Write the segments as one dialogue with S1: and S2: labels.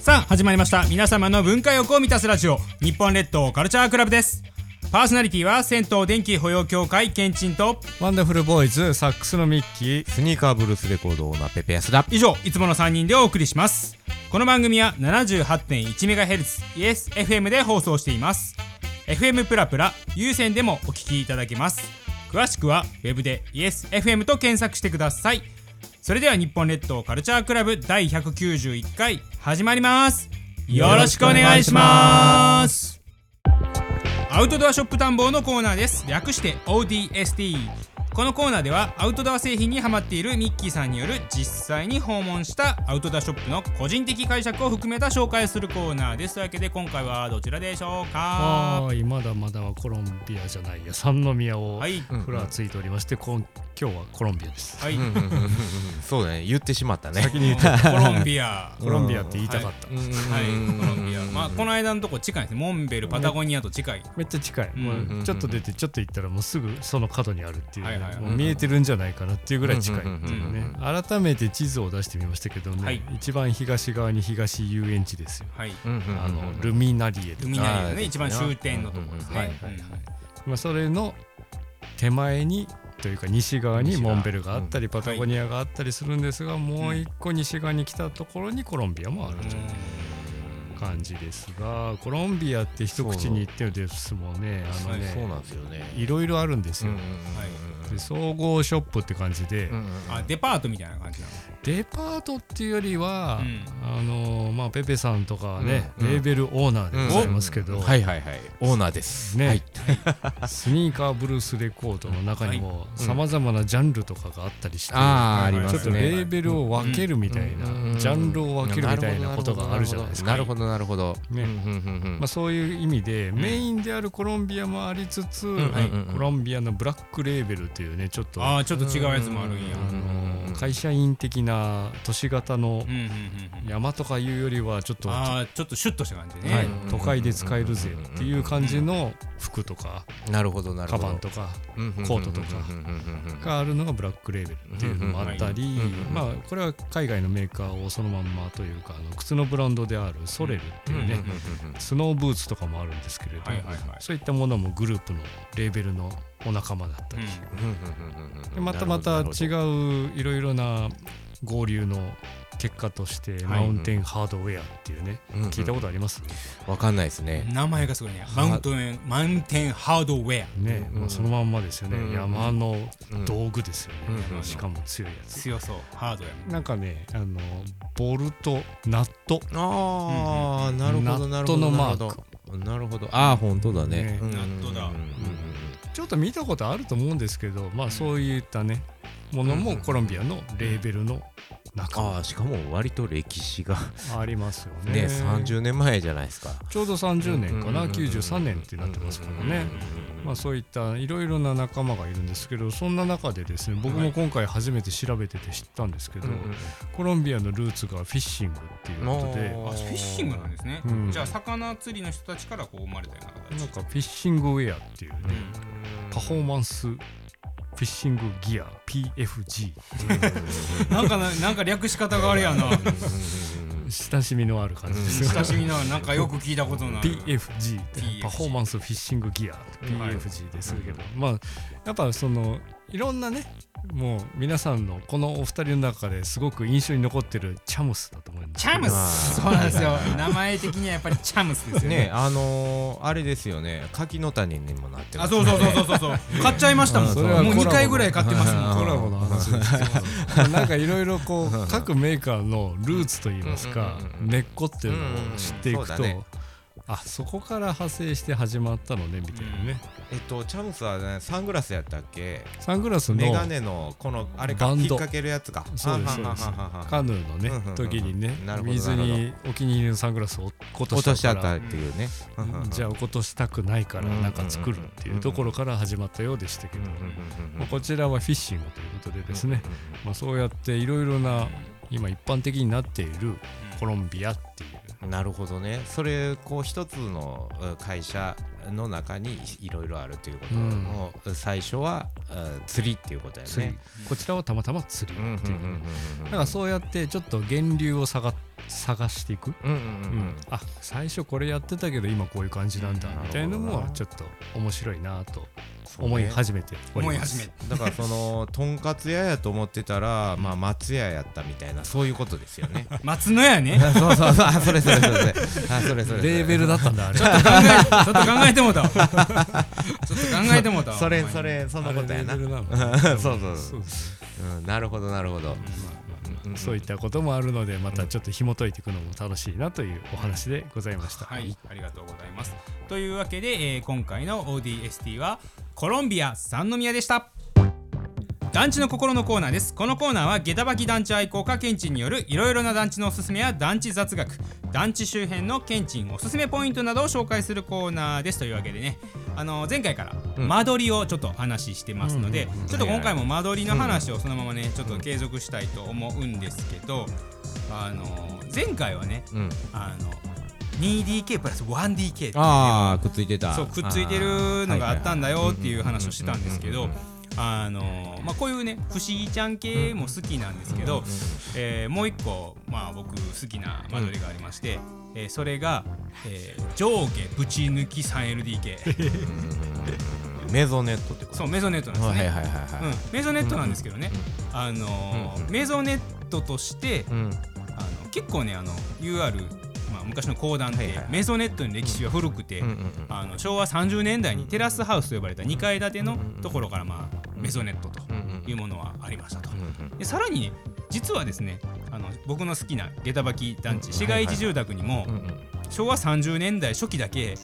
S1: さあ始まりました皆様の文化欲を満たすラジオ日本列島カルチャークラブですパーソナリティは銭湯電気保養協会けんちんと
S2: ワンダフルボーイズサックスのミッキー
S3: スニーカーブルースレコードオーナーペペヤスだ
S1: 以上いつもの3人でお送りしますこの番組は 78.1MHz イエス FM で放送しています FM プラプラ有線でもお聞きいただけます詳しくはウェブでイエス FM と検索してくださいそれでは日本列島カルチャークラブ第191回始まりますよろしくお願いしますアウトドアショップ探訪のコーナーです略して ODST このコーナーではアウトドア製品にハマっているミッキーさんによる実際に訪問したアウトドアショップの個人的解釈を含めた紹介をするコーナーですというわけで今回はどちらでしょうか
S4: はーいまだまだコロンビアじゃないや三宮を
S1: はい
S4: ふらついておりまして、こん今日はコロンビアです
S1: はい、
S3: そうだね言ってしまったね
S1: 先にコロンビア
S4: コロンビアって言いたかった、
S1: はい、コロンビア。まあ、この間のとこ近いですね。モンベル、パタゴニアと近い。
S4: めっちゃ近い、
S1: ん
S4: もうちょっと出てちょっと行ったらもうすぐその角にあるっていう,、
S1: はいはいはい
S4: もう見えてるんじゃないかなっていうぐらい近いっていうね、
S1: うんうん
S4: 改めて地図を出してみましたけどね、
S1: はい
S4: 一番東側に東遊園地ですよ、
S1: はい。
S4: あのルミナリエとか、
S1: 海なりの
S3: あ
S1: ね、
S3: ー
S1: 一番終点のところです
S3: うんうん
S1: ね。うん
S4: まあ、それの手前にというか西側にモンベルがあったりパタゴニアがあったりするんですが、もう一個西側に来たところにコロンビアもあるという感じですがコロンビアって一口に言ってるですもんねあの
S3: そう
S4: ね
S3: なんですよね
S4: いろいろあるんです
S3: う
S4: よ、
S3: ん
S4: で総合ショップって感じで、
S3: うん
S1: あ、デパートみたいな感じなの。
S4: デパートっていうよりは、
S1: うん
S4: あのーまあペペさんとかはね、
S3: うん
S4: レーベルオーナーでございますけど、
S3: はいはいはいオーナーです
S4: ね、
S3: はい
S4: スニーカーブルースレコードの中にもさまざまなジャンルとかがあったりして、
S3: あああり
S1: ー
S3: ま
S4: ちょっ
S3: す
S4: と
S3: ね
S4: レーベルを分けるみたいな、
S3: うん
S4: ジャンルを分けるみたいなことがあるじゃないですか。
S3: なるほどなるほど
S4: ねまあ、そういう意味で、
S1: ん
S4: メインであるコロンビアもありつつ、
S3: ん
S4: はい
S3: うん
S4: コロンビアのブラックレーベルというねちょっと
S1: あ
S4: あ
S1: あ、ちょっと違うやつもあるんや。
S3: うん
S4: のー会社員的な都市型の
S1: うんうんうんうん。
S4: 山とかいうよりはちょっと、は
S1: ああ、ちょっとシュッとした感じ
S4: い
S1: ね。はい。
S4: 都会で使えるぜっていう感じの服とか
S3: なるほどなる
S4: カ
S3: ほど
S4: バンとかがあるのがブラックレーベルっていうのもあったり、
S3: うん
S4: まあ、これは海外のメーカーをそのまんまというかあの靴のブランドであるソレルっていうね、スノーブーツとかもあるんですけれど、
S1: はいはいはい
S4: そういったものもグループのレーベルのお仲間だったり、でまたまた違
S3: う
S4: ういろいろな合流の結果として、
S1: はい
S4: マウンテンハードウェアっていうね、聞いたことあります、
S3: わかんないですね
S1: 名前がすごいね。マウントン、マウンテンハードウェア。
S4: ね、
S3: うん
S4: まあ、そのまんまですよね、
S3: うん
S4: 山の道具ですよね、
S3: うん
S4: しかも強いやつ、
S1: 強そう。ハードやもん。
S4: なんかねあのボルトナット
S3: ああ、なるほどなるほどなるほどなるほどああ本当だね
S4: ね
S3: うん
S1: 納豆だ
S3: うん
S4: ちょっと見たことあると思うんですけどまあそういったねものもコロンビアのレーベルの中
S3: ああしかも割と歴史が
S4: ありますよね
S3: ね30年前じゃないですか
S4: ちょうど30年
S3: うんうんう
S4: か
S3: んう
S4: なん93年ってなってますからねまあそういったいろいろな仲間がいるんですけどそんな中でですね僕も今回初めて調べてて知ったんですけどコロンビアのルーツがフィッシングっていうことで
S3: お
S1: あ、フィッシングなんですね
S4: う。ん
S1: じゃあ、魚釣りの人たちからこう生まれたような
S4: なん
S1: 形。
S4: かフィッシングウェアっていうねパフォーマンスフィッシングギア PFG
S1: なんかな、なんか略し方があれやな。
S4: 親しみのある感じですよ
S1: 親しみのあるなんかよく聞いたこと のある
S4: PFG パフォーマンスフィッシングギア
S1: はい
S4: PFG ですけど、まあやっぱそのいろんなねもう皆さんのこのお二人の中ですごく印象に残ってるチャムスだと思います
S1: チャムスそうなんですよ名前的にはやっぱりチャムスですよね
S3: ねあのーあれですよね柿の種にもなってま
S1: あ
S3: す
S1: そうそうそうそうそう買っちゃいましたもん
S3: うん
S1: そ
S3: そ
S1: れ
S3: れ
S1: は
S3: は
S1: もう
S3: コラボ
S1: 2回ぐらい買ってますもん
S4: コラボの話ですけどなんかいろいろこう各メーカーのルーツといいますか
S3: うんうんうんうん
S4: 根っこっていうのを知ってい
S3: う
S4: く
S3: んうんそうだ
S4: と
S3: ね
S4: あそこから派生して始まったのねみたいなね
S3: えっとチャムスはねサングラスやったっけ
S4: サングラスの
S3: メガネのこのあれか
S4: バンド
S3: 引っ掛けるやつか
S4: そうです
S3: あははははは
S4: カヌーのね
S3: うんうんうん
S4: 時にね
S3: なるほど
S4: 水にお気に入りのサングラスを落と
S3: 落とし
S4: し
S3: ち
S4: た
S3: ゃ
S4: か
S3: っ
S4: ら
S3: たっていうね
S4: じゃあ落としたくないから
S3: うん
S4: なんか作るっていうところから始まったようでしたけ
S3: う
S4: ど
S3: んうんうんうん
S4: まあこちらはフィッシングということでですねまあそうやっていろいろな今一般的になっているコロンビアっていう
S3: なるほどねそれこう一つのうん会社の中にいろいろあるということの、最初はあ釣りっていうことや
S4: 釣り
S3: ね。
S4: こちらはたまたま釣り
S3: うんうん
S4: っていうことだからそうやってちょっと源流を探探していく、
S3: うんうんうんうんうん
S4: あ最初これやってたけど今こういう感じなんだ
S3: うん
S4: みたいなの
S3: なるほど
S4: は
S3: な
S4: ちょっと面白いなと
S3: そうね
S4: 思い始めており
S1: 思い
S4: ま
S1: 始め
S4: す
S1: る。
S3: だからそのとんかつ屋やと思ってたらまあ松屋やったみたいなそういうことですよね
S1: 松野屋ね
S3: あそうそうそうあそれそれそれそれあそれそれそれ
S4: レーベルだったんだあれ
S1: ちょっと考え、ちょっと考えてもうたわ。ちょっと考えてもうたわ。
S3: それ
S1: ほんま
S3: そ
S1: に。
S3: れそんなことやな
S4: あ れレーベルなの
S3: そうそうそう
S4: そうです
S3: うんなるほどなるほどうんうん
S4: そういったこともあるのでまたちょっと紐解いていくのも楽しいなというお話でございました。
S1: はい、ありがとうございます。というわけで、えー今回の ODST はコロンビア三宮でした。団地の心のコーナーです。このコーナーは下駄履き団地愛好家ケンチンによるいろいろな団地のおすすめや団地雑学、団地周辺のケンチンおすすめポイントなどを紹介するコーナーですというわけでね、あの前回から
S3: うん
S1: 間取りをちょっと話してますので、ちょっと今回も間取りの話をそのままね、ちょっと継続したいと思うんですけど、あの前回はね、
S3: うん
S1: あの 2DK プラス 1DK っていう
S3: ああくっついてた
S1: そうくっついてるのがあったんだよっていう話をしてたんですけ
S3: うん
S1: ど
S3: うんうん
S1: あのまあこういうね不思議ちゃん系も好きなんですけどえーもう一個まあ僕好きな間取りがありましてえーそれがえー上下ぶち抜き 3LDK
S3: メゾネットってこと
S1: そうメゾネットなん
S3: はい
S1: です
S3: はい
S1: ね
S3: はい
S1: うん
S3: は
S1: メゾネットなんですけどねあの
S3: うんうん
S1: メゾネットとして
S3: いうん
S1: あの結構ねあの UR まあ昔の講談っ
S3: はい
S1: て
S3: はい
S1: メゾネットの歴史は古くて、
S3: うんうんうん
S1: あの昭和30年代にテラスハウスと呼ばれた2階建てのところから、まあ、メゾネットと
S3: うんうん
S1: いうものはありましたと。
S3: うんうん
S1: でさらに実はですねあの僕の好きな下駄履き団
S3: う
S1: 地
S3: ん
S1: 市街地住宅にも
S3: うんうん
S1: 昭和30年代初期だけ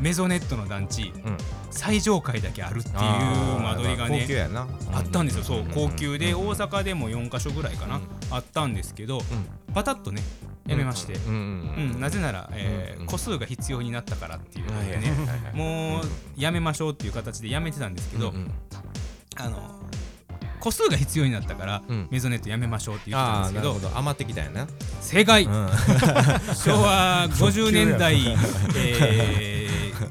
S1: メゾネットの団地
S3: うん
S1: 最上階だけあるっていう
S3: あー
S1: 間取りが
S3: 高級
S1: ね
S3: やな
S1: あったんですよそう高級で
S3: うんうん
S1: 大阪でも4か所ぐらいかなあったんですけどパタッとねやめまして
S3: うんうん
S1: うん、なぜなら、えー
S3: うんうん
S1: 個数が必要になったからっていうの
S3: はい
S1: で
S3: はい
S1: ね、
S3: はいはい
S1: もうやめましょうっていう形でやめてたんですけど、
S3: うんうん
S1: あの個数が必要になったから、
S3: うん
S1: メゾネットやめましょうって言ってたんで
S3: ああ
S1: すけ
S3: なる
S1: ど
S3: ほど余ってきたよな
S1: 正解、
S3: うん
S1: 昭 和50年代、えー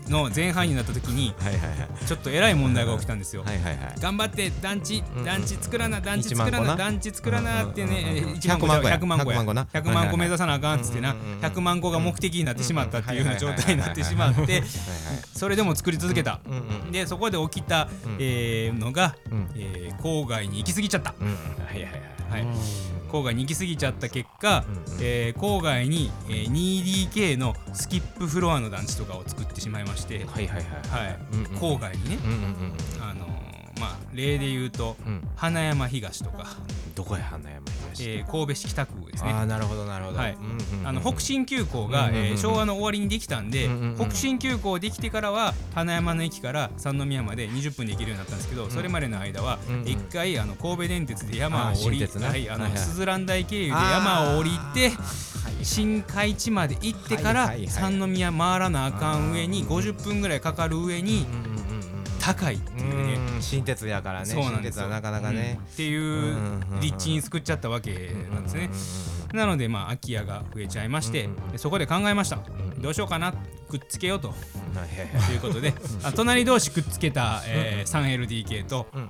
S1: の前半になった時に
S3: はいはいはい
S1: ちょっとえらい問題が起きたんですよ。
S3: はいはいはい
S1: 頑張って団地
S3: うん
S1: 団地作らな団地
S3: 1
S1: 作らな
S3: 万個な
S1: 団地作らなって
S3: うんうん
S1: ね
S3: うん
S1: 1万個じゃ100
S3: 100
S1: 万
S3: 万
S1: 個
S3: 個
S1: や
S3: や
S1: 100万個目指さなあかんっつってな
S3: うんうんうん
S1: 100万個が目的になってしまったっていうような状態になってしま
S3: うん
S1: っ
S3: うんはい
S1: て
S3: はいはい
S1: それでも作り続けた
S3: うんうん
S1: でそこで起きた、
S3: うん
S1: えーのが、
S3: うん
S1: えー郊外に行き過ぎちゃった、
S3: うんはいはいはい
S1: はい
S4: うん
S1: 郊外に行き過ぎちゃった結果、
S3: うんうん
S1: えー郊外に、えー 2DK のスキップフロアの団地とかを作ってしまいまして、
S3: はいはいはい
S1: はい
S3: うんうん
S1: 郊外にね、
S3: うんうんうん
S1: あのーまあ例で言うと、
S3: うん
S1: 花山東とか、
S3: どこや花山東
S1: えー神戸市北区です
S3: あ
S1: ね
S3: あなるほどなるほど
S1: はい
S3: うんうんうんうん
S1: あの北進急行が、
S3: うんうんうん
S1: えー昭和の終わりにできたんで、
S3: うんうんうん
S1: 北進急行できてからは花山の駅から三宮まで20分で行けるようになったんですけど、それまでの間は
S3: うんうん
S1: 一、回あの神戸電鉄で山を
S3: あー
S1: 降り
S3: 新鉄ね
S1: はいあの
S3: はいはい
S1: すずらん台経由で山を降りて新海地まで行ってから、
S3: はいはいはい
S1: 三宮回らなあかん上に50分ぐらいかかる上に
S3: うんうんうん
S1: 高いっていう
S3: うん
S1: ね。
S3: うん新鉄やからね
S1: そうなん
S3: 新
S1: ですよ
S3: 鉄はなかなかね
S1: うんっていう立地に作っちゃったわけなんですね。なのでまあ空き家が増えちゃいまして、
S3: うんうんうん
S1: でそこで考えました、
S3: ん
S1: どうしようかなくっつけようと
S3: うんはいはいはい
S1: ということであ隣同士くっつけた、えー 3LDK と
S3: うん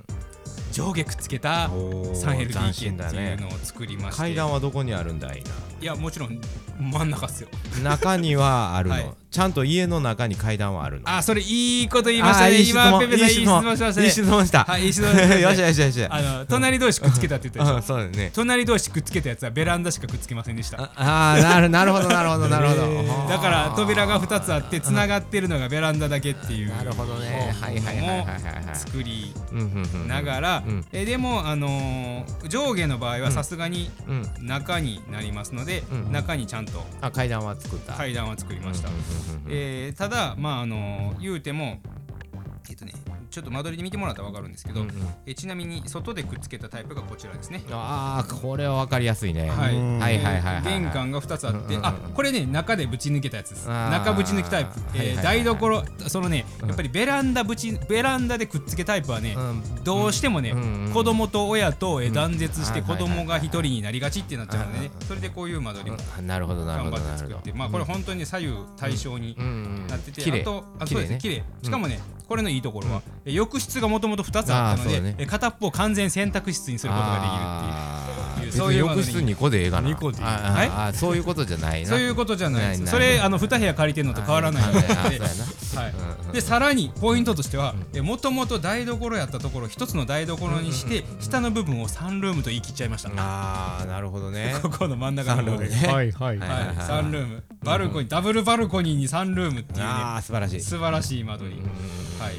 S1: 上下くっつけた
S3: おー斬
S1: 3LDK
S3: 新だ
S1: って
S3: ね
S1: いうのを作りまして、
S3: 階段はどこにあるんだい
S1: いやもちろん真ん中っすよ
S3: 中にはあるの、
S1: はい
S3: ちゃんと家の中に階段はあるの
S1: あそれいいこと言いましたね今ペペさんいい質問しましたね
S3: いい質問した
S1: はいいい質問しましたね
S3: よしよしよし
S1: あの隣同士くっつけたって言ったでしょ
S3: うんそうだよね
S1: 隣同士くっつけたやつはベランダしかくっつけませんでした
S3: ああーなるなるほどなるほどなるほど、
S1: だから扉が2つあってつながってるのがベランダだけっていう
S3: なるほどねはいはいはいはいはいはい
S1: 作り
S3: うんうんうん
S1: ながら、
S3: うん
S1: えでも、あのー上下の場合はさすがに
S3: うん
S1: 中になりますので、
S3: うん
S1: 中にちゃんと
S3: あ階段は作った
S1: 階段は作りました、
S3: うんうんうんうん
S1: えーただまああのー言うてもえっとねちょっと間取りで見てもらったら分かるんですけど、
S3: うんうん
S1: えちなみに外でくっつけたタイプがこちらですね
S3: ああこれは分かりやすいね、
S1: はい
S3: うんはいはいはいはいはい
S1: 玄関が2つあって、
S3: うんうんうん
S1: あこれね中でぶち抜けたやつです
S3: あー
S1: 中ぶち抜きタイプ、えー
S3: はいはいはい
S1: 台所そのね
S3: うん
S1: やっぱりベランダぶちベランダでくっつけタイプはね、
S3: うん
S1: どうしてもね、
S3: うんうん
S1: 子供と親とえー断絶して
S3: うん
S1: 子
S3: はいはいはい
S1: 供が一人になりがちってなっちゃうのでね
S3: うんう
S1: それでこういう間取りも
S3: あなるほどな
S1: 頑
S3: るほ
S1: 張
S3: ど
S1: って
S3: な
S1: 作
S3: る
S1: っ
S3: ほ
S1: て
S3: ど
S1: まあこれ本当に左右対称に
S3: うんうん
S1: なってて、
S3: 綺麗
S1: あとあ
S3: 綺
S1: そうです
S3: 麗
S1: ね
S3: ね
S1: 綺麗しかもね、これのいいところは、え浴室がもともと2つあったの
S3: あー
S1: で、
S3: そうだね
S1: え片っぽを完全洗濯室にすることができるっていう。
S3: あ
S1: いう
S3: ー
S1: そういう
S3: 別に浴室2個でええかな
S4: 二個でいい
S3: あー
S1: はい
S3: あーそういうことじゃないな
S1: そういうことじゃないです。
S3: ない
S1: それあの2部屋借りてるのと変わらない ので、
S3: あーそうやなうん
S1: は
S3: う
S1: い。
S3: ん
S1: でさらにポイントとしては、えもともと台所やったところ一つの台所にして、下の部分をサンルームと言い切っちゃいました。
S3: ああなるほどね
S1: ここの真ん中の部分
S3: サンルームね
S4: はいはい
S3: は
S1: はい、サンルーム、バルコニー、ダブルバルコニーにサンルームっていうね
S3: あ。あ素晴らしい
S1: 素晴らしい間取り、はい、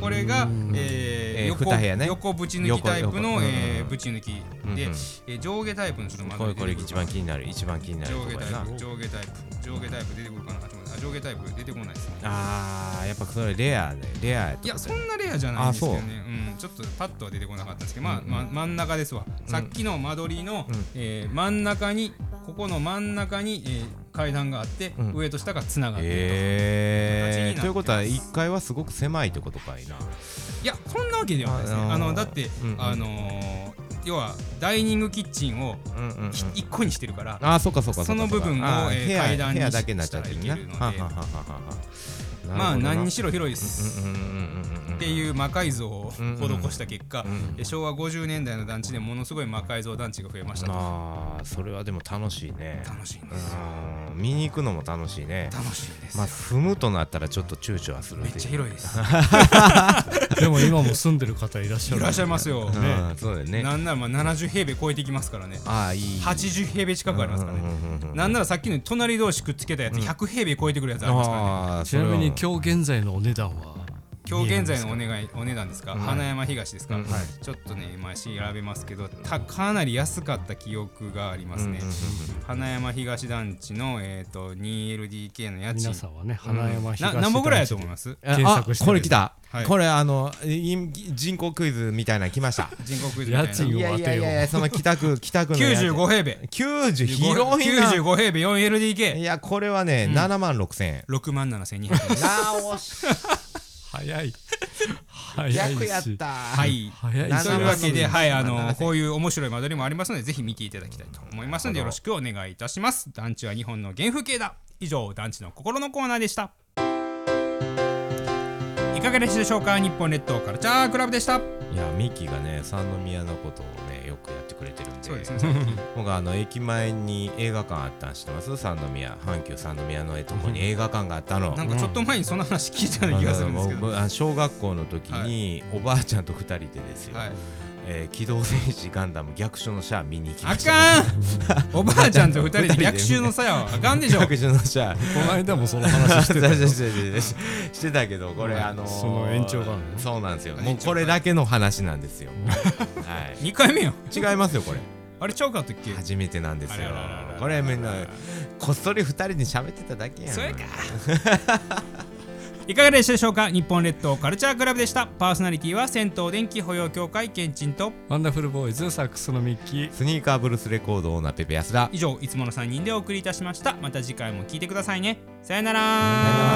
S1: これが、えー
S3: えー
S1: 横
S3: 二部屋ね
S1: 横ぶち抜きタイプの、
S3: 横横
S1: えー
S3: うん
S1: ぶち抜きで、
S3: うんうん
S1: えー上下タイプのちょっと間
S3: こ
S1: 取
S3: れ
S1: り
S3: これ一番
S1: 出て
S3: 気になる一番気になるとこ
S1: くる
S3: や
S1: 上下タ
S3: な
S1: イプ上下タイプ上下タイプ出てくるかなあちょっと待ってあ上下タイプ出てこないですね
S3: あーやっぱそれレアでレアや
S1: いやそ
S3: ん
S1: んなレアじゃないんですけど
S3: あそ
S1: ねう、ん、ちょっとパッとは出てこなかったんですけど、まあ
S3: うんうん
S1: ま真ん中ですわ、さっきの間取りの、
S3: うん
S1: えー真ん中にここの真ん中に、えー階段があって、
S3: うん
S1: 上と下がつながってると、
S3: え
S1: 形になってます
S3: ー、ということは1階はすごく狭いってことかいな。
S1: いやそんなわけではないですね。
S3: あ
S1: あ
S3: あのー
S1: のだって、
S3: うんうん
S1: あのー要はダイニングキッチンを
S3: うんうんうん
S1: ひ一個にしてるから、
S3: あーそうかそうか
S1: その
S3: うかうか
S1: 部分を
S3: あー
S1: えー
S3: 部屋
S1: 階段に
S3: 部屋だけになっちゃってる
S1: した
S3: ね
S1: らいけるの。で
S3: ははははは
S1: まあ何に
S3: し
S1: しろ広いで
S3: う
S1: す。
S3: んうんうんうんうん
S1: っていう魔改造を
S3: うんうん
S1: 施した結果、
S3: うん
S1: え昭和50年代の団地でものすごい魔改造団地が増えましたと。
S3: あーそれはでも楽しいね。
S1: 楽しいん
S3: う
S1: ですよ。
S3: ーん見に行くのも楽しいね。
S1: 楽しいんですよ。
S3: まあ住むとなったらちょっと躊躇はする
S1: めっちゃ広いです。い
S4: でも今も住んでる方いらっしゃる
S1: らっしゃいますすよ。
S3: いね。うんそうだよね。
S1: なんならまあ70平米超えてきますからね。
S3: ああいい。
S1: 80平米近くありますから
S3: うん
S1: ね。
S3: うんうんうん
S1: なんならさっきの隣同士くっつけたやつ100平米超えてくるやつありますからね。
S3: あー
S4: ち
S3: それ
S4: な
S3: は
S4: みに今日現在のお値段は
S1: 今日現在のお願いお値段ですか、
S3: ん
S1: 花山東ですか、
S3: うん
S1: ちょっとね今調べますけどたかなり安かった記憶がありますね、
S3: うんうんうん
S1: 花山東団地の、えー、と 2LDK の家賃
S4: 皆さんはね花山
S1: な
S4: 東
S1: 何本ぐらいだと思います
S3: あ
S4: 検索して
S3: これ来た、
S1: はい
S3: これあのい人口クイズみたいなの来ました
S1: 人口クイズみたいな
S4: 家賃いやいやいやいや
S3: その北 区北区のやつ
S1: 95平米
S3: 90広いな
S1: 95平米 4LDK
S3: いやこれはね、7万6千円
S1: 6万7200円
S3: なおし
S4: 早い早い
S3: 逆やっ
S4: した
S1: は
S3: はい
S4: 早い
S3: な
S4: し
S1: というわけで、
S3: 7000
S1: はい、あの
S3: 7000
S1: こういう面白い間取りもありますのでぜひ見ていただきたいと思いますのでよろしくお願いいたします団地は日本の原風景だ以上団地の心のコーナーでしたいかがでしたでしょうか日本列島カルチャークラブでした
S3: いやミキがね三宮のことをねよくやってくれてるんで
S1: そうですね最近
S3: 僕あの駅前に映画館あったん知ってます三宮阪急三宮のとこに映画館があったの
S1: なんかちょっと前にその話聞いたような気がするんですけど
S3: あのあの小学校の時に、おばあちゃんと二人でですよ、
S1: はい
S3: えー機動戦士ガンダム逆襲のシャア見に行き
S1: あ
S3: ました
S1: かんおばあちゃんと二人で逆襲のさやはあかんでしょ
S3: 逆襲のシャア
S4: この間もその話してた
S3: してたけどこれ、
S4: うん
S3: あのー
S4: その延長があるの
S3: そうなんですよ
S1: あ
S3: もうこれだけの話なんですよはい
S1: 2回目よ
S3: 違いますよ これ
S1: あれちゃうかったっけ
S3: 初めてなんですよ
S1: あらららら
S3: これみんなこっそり二人で喋ってただけやん
S1: それかいかがでしたでしょうか日本列島カルチャークラブでしたパーソナリティは銭湯電気保養協会けんちんと
S4: ワンダフルボーイズサックスのミッキー
S3: スニーカーブルースレコードオーナーペペ安田
S1: 以上いつもの3人でお送りいたしましたまた次回も聞いてくださいねさよなら